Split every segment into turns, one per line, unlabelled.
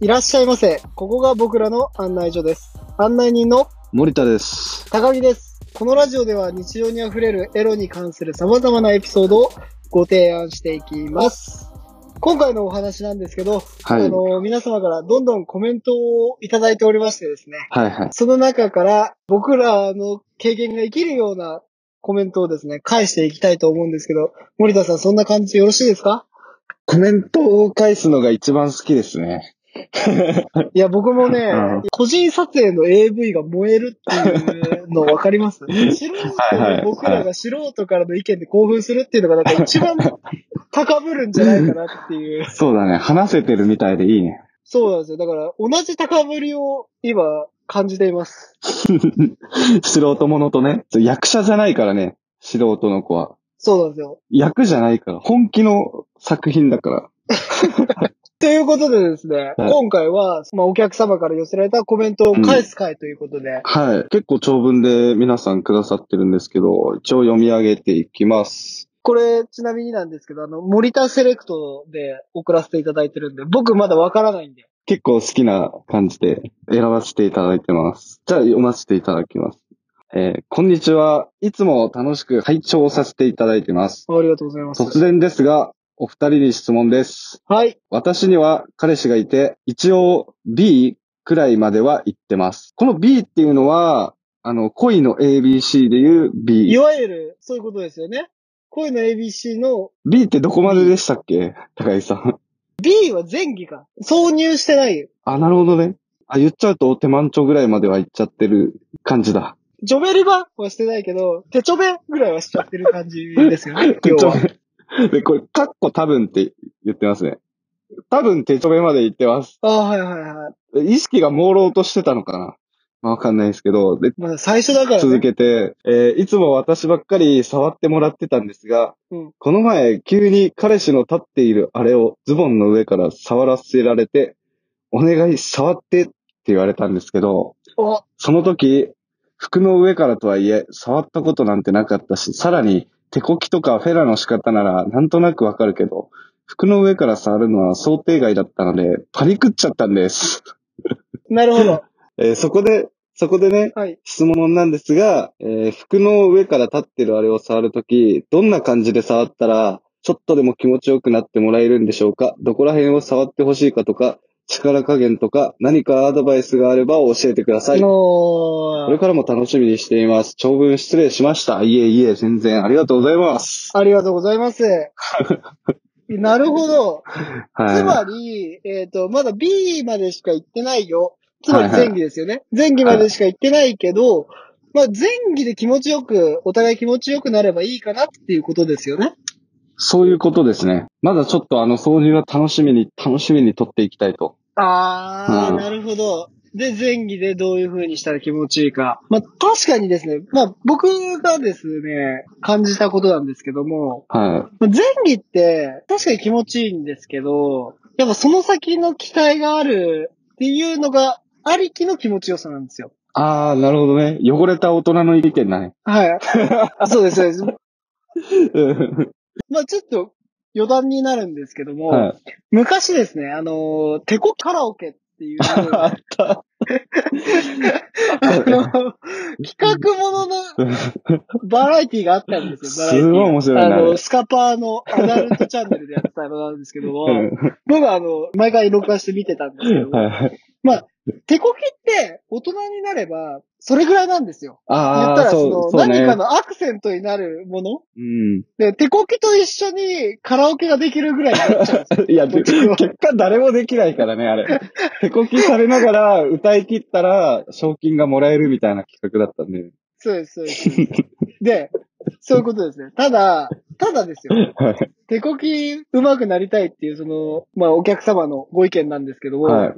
いらっしゃいませ。ここが僕らの案内所です。案内人の
森田です。
高木です。このラジオでは日常にあふれるエロに関する様々なエピソードをご提案していきます。今回のお話なんですけど、
はい。
あ
はい
の、皆様からどんどんコメントをいただいておりましてですね、
はい。
その中から僕らの経験が生きるようなコメントをですね、返していきたいと思うんですけど、森田さんそんな感じでよろしいですか
コメントを返すのが一番好きですね。
いや、僕もね
うん、
個人撮影の AV が燃えるっていうの分かり ます素人
はいは
の
い
僕らが素人からの意見で興奮するっていうのがなんか一番高ぶるんじゃないかなっていう。
そうだね。話せてるみたいでいいね。
そうなんですよ。だから、同じ高ぶりを今感じています。
素人者とね。役者じゃないからね。素人の子は。
そうなんですよ。
役じゃないから。本気の作品だから。
ということでですね、
はい
今回は、まあ、お客様から寄せられたコメントを返す回ということで、
はい。結構長文で皆さんくださってるんですけど、一応読み上げていきます。
これ、ちなみになんですけど、あの、森田セレクトで送らせていただいてるんで、僕まだわからないんで。
結構好きな感じで選ばせていただいてます。じゃあ読ませていただきます。えーこんにちは。いつも楽しく拝聴させていただいてます。
ありがとうございます。
突然ですが、お二人に質問です。
はい。
私には彼氏がいて、一応 B くらいまでは行ってます。この B っていうのは、あの、恋の ABC でいう B
い。わゆる、そういうことですよね。恋の ABC の
B ってどこまででしたっけ高井さん。
B は前期か。挿入してないよ。
あ、なるほどね。あ、言っちゃうと手満潮ぐらいまでは行っちゃってる感じだ。。
ジョベリバはしてないけど、手ちょべぐらいはしちゃってる感じですよね 今日は。
で、これ、かっこ多分って言ってますね。多分手ちょめまで行ってます。
ああ、はいはいはい。
意識が朦朧としてたのかなまあ、わかんないですけど、で、
まあ最初だから、ね。
続けて、えーいつも私ばっかり触ってもらってたんですが、
うん
この前、急に彼氏の立っているあれをズボンの上から触らせられて、お願い触ってって言われたんですけど、
お、
その時、服の上からとはいえ、触ったことなんてなかったし、さらに、手こきとかフェラの仕方なら、なんとなくわかるけど、服の上から触るのは想定外だったので、パニクっちゃったんです。
なるほど。
えーそこで、そこでね、
はい。
質問なんですが、えー服の上から立ってるあれを触るとき、どんな感じで触ったら、ちょっとでも気持ちよくなってもらえるんでしょうかどこら辺を触ってほしいかとか、力加減とか、何かアドバイスがあれば教えてください。
の
これからも楽しみにしています。長文失礼しました。いえいえ、全然ありがとうございます。
ありがとうござい ます。なるほど。
はい。
つまり、えっ、と、まだ B までしか行ってないよ。つまり
はいはい
前期ですよね。前期までしか行ってないけど、まあ前期で気持ちよく、お互い気持ちよくなればいいかなっていうことですよね。
そういうことですね。まだちょっとあの、掃除は楽しみに、楽しみに取っていきたいと。
あー、
うん
なるほど。で、前期でどういう風にしたら気持ちいいか。まあ確かにですね、まあ僕がですね、感じたことなんですけども、
はい。
まあ前期って確かに気持ちいいんですけど、やっぱその先の期待があるっていうのがありきの気持ちよさなんですよ。
あー、なるほどね。汚れた大人の意見だ ね。
はい。そうです、そうです。
うん
まあちょっと余談になるんですけども、
はい。
昔ですね、あのー、テコカラオケって いう、
あ
あ
った。
の、企画ものの バラエティがあったんですよ、バラエティ
すごい面白いね
あ
あ
の、
れ
スカパーのアダルトチャンネルでやってたのなんですけども、
うん
僕はあの、毎回録画して見てたんですけども、
はい。
手こきって大人になれば、それぐらいなんですよ。言っ
あ
た
ー、
らそ
そ
の、
う、そう
何
ね
か。のアクセントになるもの
うん。
で、手こきと一緒にカラオケができるぐらいになっちゃうんですよ。
いや、で
僕は
結果誰もできないからね、あれ。手こきされながら歌い切ったら賞金がもらえるみたいな企画だったんで。
そうです、そうです。で、そういうことですね。ただ、ただですよ。
はい。
手こき上手くなりたいっていう、その、まあ、お客様のご意見なんですけども、
はい。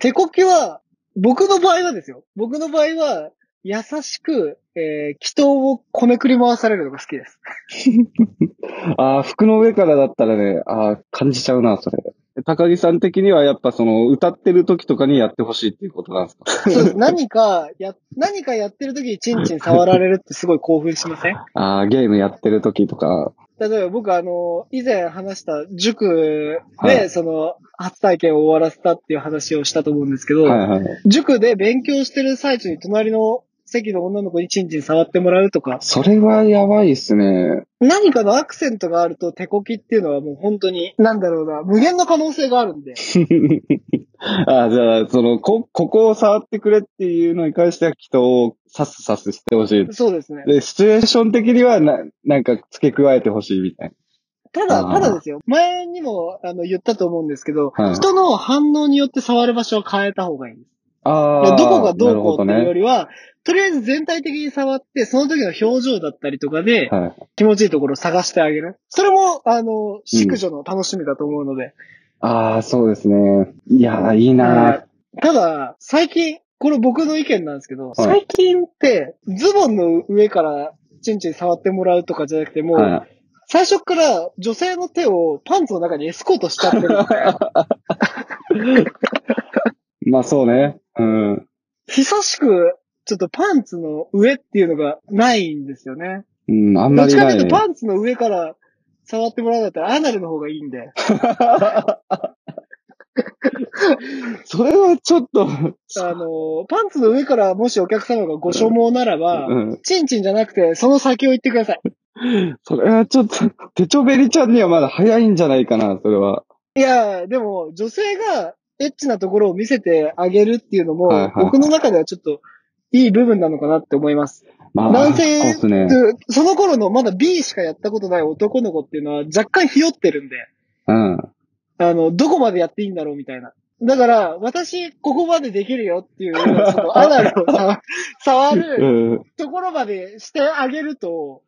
手こきは、僕の場合はですよ。僕の場合は、優しく、えー、祈祷をこねくり回されるのが好きです。
ああ、服の上からだったらね、ああ、感じちゃうな、それ。高木さん的にはやっぱその、歌ってる時とかにやってほしいっていうことなんですか
そうです。何か、や、何かやってる時にチンチン触られるってすごい興奮しません
ああ、ゲームやってる時とか。
例えば僕あの、以前話した塾で、
はい
その、初体験を終わらせたっていう話をしたと思うんですけど、
はいはい。
塾で勉強してる最中に隣の席の女の子にチンチン触ってもらうとか、
それはやばいっすね。
何かのアクセントがあると手こきっていうのはもう本当に、なんだろうな、無限の可能性があるんで。
あじゃあ、その、こ、ここを触ってくれっていうのに関しては、人をさすさすしてほしい。
そうですね。
で、シチュエーション的には、な、なんか付け加えてほしいみたい
ただ、
あー
ただですよ。前にもあの言ったと思うんですけど、
はい
人の反応によって触る場所を変えた方がいいです。
な。
だか
あ
ら
あ。
どこがど
なる
う
ほ
こう
ど
っていうよ
ね。
りは、とりあえず全体的に触って、その時の表情だったりとかで、
はい。
気持ちいいところを探してあげる。それも、あの、宿女の楽しみだと思うので。
ああ、そうですね。いやー、いい
う
な
んただ、最近、これ僕の意見なんですけど、
い
最近って、ズボンの上から、チンチン触ってもらうとかじゃなくて、も
ー。
う、
はい。
最初から女性の手をパンツの中にエスコートしちゃって るみたいな。
まあ、そうね。うん。
久しく、ちょっとパンツの上っていうのがないんですよね。
うん、あん
どっ
まり
ちか
な
とい
い
うと
ね。
パンツの上から触ってもらうんだったらアナルの方がいいんで。
それはちょっ
あ
と、
の、パンツの上からもしお客様がご所望ならば、
うん。
チンチンじゃなくてその先を行ってください。
それはちょっと、手ちょべりちゃんにはまだ早いんじゃないかな、それは。
いやー、でも女性がエッチなところを見せてあげるっていうのも、
はいはいはい
僕の中ではちょっといい部分なのかなって思います。
まあ、
男性
そうですね。
でその頃のまだ B しかやったことない男の子っていうのは若干ひよってるんで、
うん。
あの、どこまでやっていいんだろうみたいな。だから、私、ここまでできるよっていう、そ の、アナルをさ触る
うん。
ところまでしてあげると、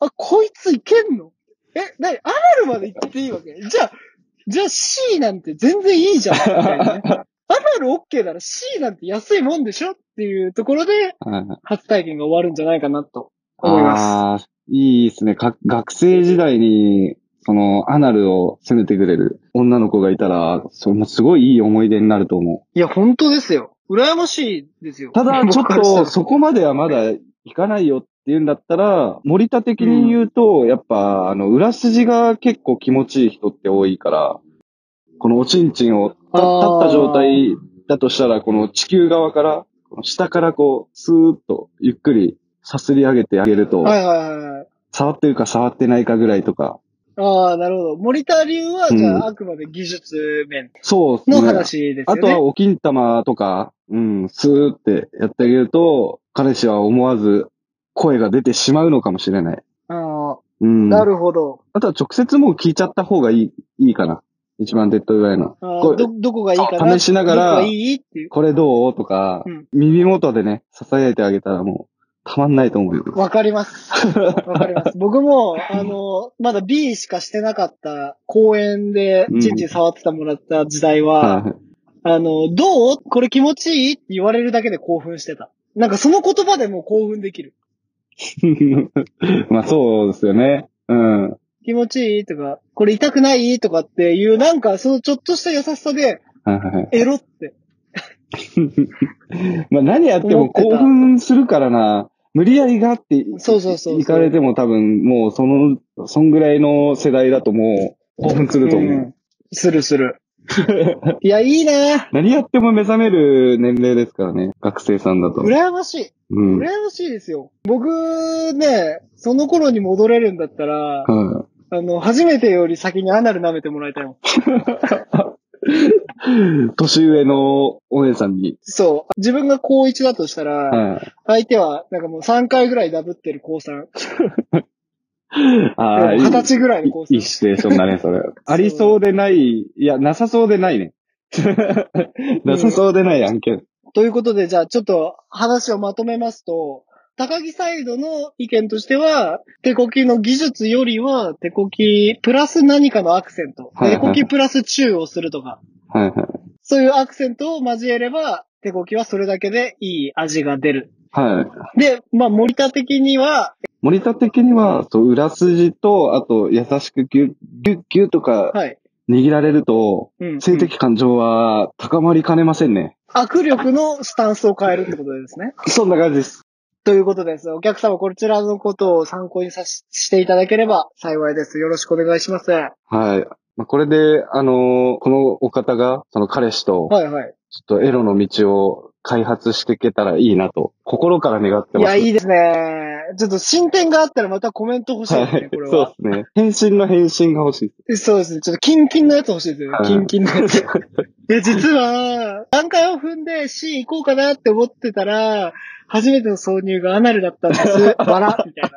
あ、こいついけんのえ、なに、アナルまで行っていいわけじゃあ、じゃあ C なんて全然いいじゃん、みたいな ね。アナル OK なら C なんて安いもんでしょっていうところで、初体験が終わるんじゃないかなと思います。
ああ、いいですね。か学生時代に、その、アナルを攻めてくれる女の子がいたら、それもすごいいい思い出になると思
いや、本当ですよ。羨ましいですよ。
う。ただ、ちょっ
僕からしたら
と、そこまではまだいかないよっていうんだったら、森田的に言うと、やっぱ、あの、裏筋が結構気持ちいい人って多いから、このおちんちんを立
あー
立った状態だとしたら、この地球側から、この下からこう、スーッとゆっくりさすり上げてあげると、
はいはいはいはい。
触ってるか触ってないかぐらいとか。
ああ、なるほど。モニター流は、じゃ
うん
あ、あくまで技術面
そうですね。
の話ですよ
あ
ね。
とは、お金玉とか、うん、スーってやってあげると、彼氏は思わず声が出てしまうのかもしれない。
あ
う
ー
ん。
なるほど。
あとは直接もう聞いちゃった方がいい、いいかな。一番手っ取り早いの。
あー
これ
ど、どこがいいかな
試しながら
どこがいいっていう。
これどうとか、
うん
耳元でね、囁いてあげたらもう、たまんないと思うよ。
わかります。 わかります。僕も、あの、まだ B しかしてなかった公園で
う、ん
チンチン触ってたもらった時代は、
はい。
あの、どうこれ気持ちいいって言われるだけで興奮してた。なんかその言葉でもう興奮できる。
まあそうですよね。うん。は
気持ちいいとか、これ痛くないとかっていう、なんかそのちょっとした優しさで、
いはいはい。
エロって。
まあ何やっても興奮するからな。無理やりがあって、
そうそうそうそう
行かれても多分もうその、そんぐらいの世代だともう興奮すると思う。
んするす る。いや、いいな
何やっても目覚める年齢ですからね。学生さんだと。
羨ましい。
うん。はい
羨ましいですよ。僕ね、その頃に戻れるんだったら、あの、初めてより先にアナル舐めてもらいたいもん。
年上のお姉さんに。
そう。自分が高1だとしたら、
はい
相手は、なんかもう3回ぐらいダブってる高3。
ああ、いい
二十歳ぐらいの高
いい
3。
シチュエーションだ ね、それ。ありそうでない、いや、なさそうでないね。 なさそうでない案件。
ということで、じゃあちょっと話をまとめますと、高木サイドの意見としては、手こきの技術よりは、手こきプラス何かのアクセント。
はいはい
手こきプラスチューをするとか。
はいはい。
そういうアクセントを交えれば、手こきはそれだけでいい味が出る。
はい。
で、まあ、森田的には、
森田的には、そう、裏筋と、あと、優しくギュッ、ギュッ、ギュッとか
はい。
握られると、
うん。
性的感情は高まりかねませんね。
握力のスタンスを変えるってことですね。
そんな感じです。
ということです。お客様こちらのことを参考にさししていただければ幸いです。よろしくお願いします。は
はい。まあ、これで、あのーこのお方が、その彼氏と、
いはい。
ちょっとエロの道を開発していけたらいいなと、心から願って
い
ます。
や、いいですね。ちょっと進展があったらまたコメント欲しいです
は
ね
い、、
これ
そう
は。
ですね。返信の返信が欲しいです。
そうですね。ちょっとキンキンのやつ欲しいですよね
は。い
キンキンのやつ。 で、実は、段階を踏んで C 行こうかなって思ってたら、初めての挿入がアナルだったん です。バラみたいな。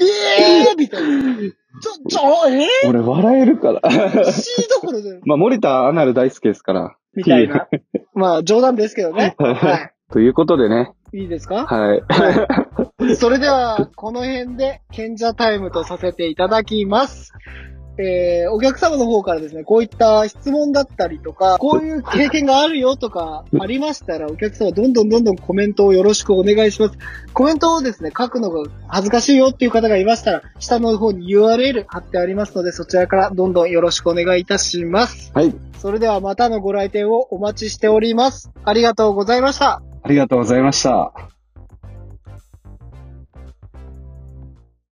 ええーみたいな。ちょ、ちょ、え
俺笑えるから。
ー、?C どころで
まあ、森田アナル大好きですから。
みたいな。まあ、冗談ですけどね。は
ということでね。
い。いいですか
はい。
それでは、この辺で、賢者タイムとさせていただきます。えー、お客様の方からですね、こういった質問だったりとか、こういう経験があるよとかありましたら、お客様どんどんどんどんコメントをよろしくお願いします。コメントをですね、書くのが恥ずかしいよっていう方がいましたら、下の方に URL 貼ってありますので、そちらからどんどんよろしくお願いいたします。
はい。
それではまたのご来店をお待ちしております。ありがとうございました。
ありがとうございました。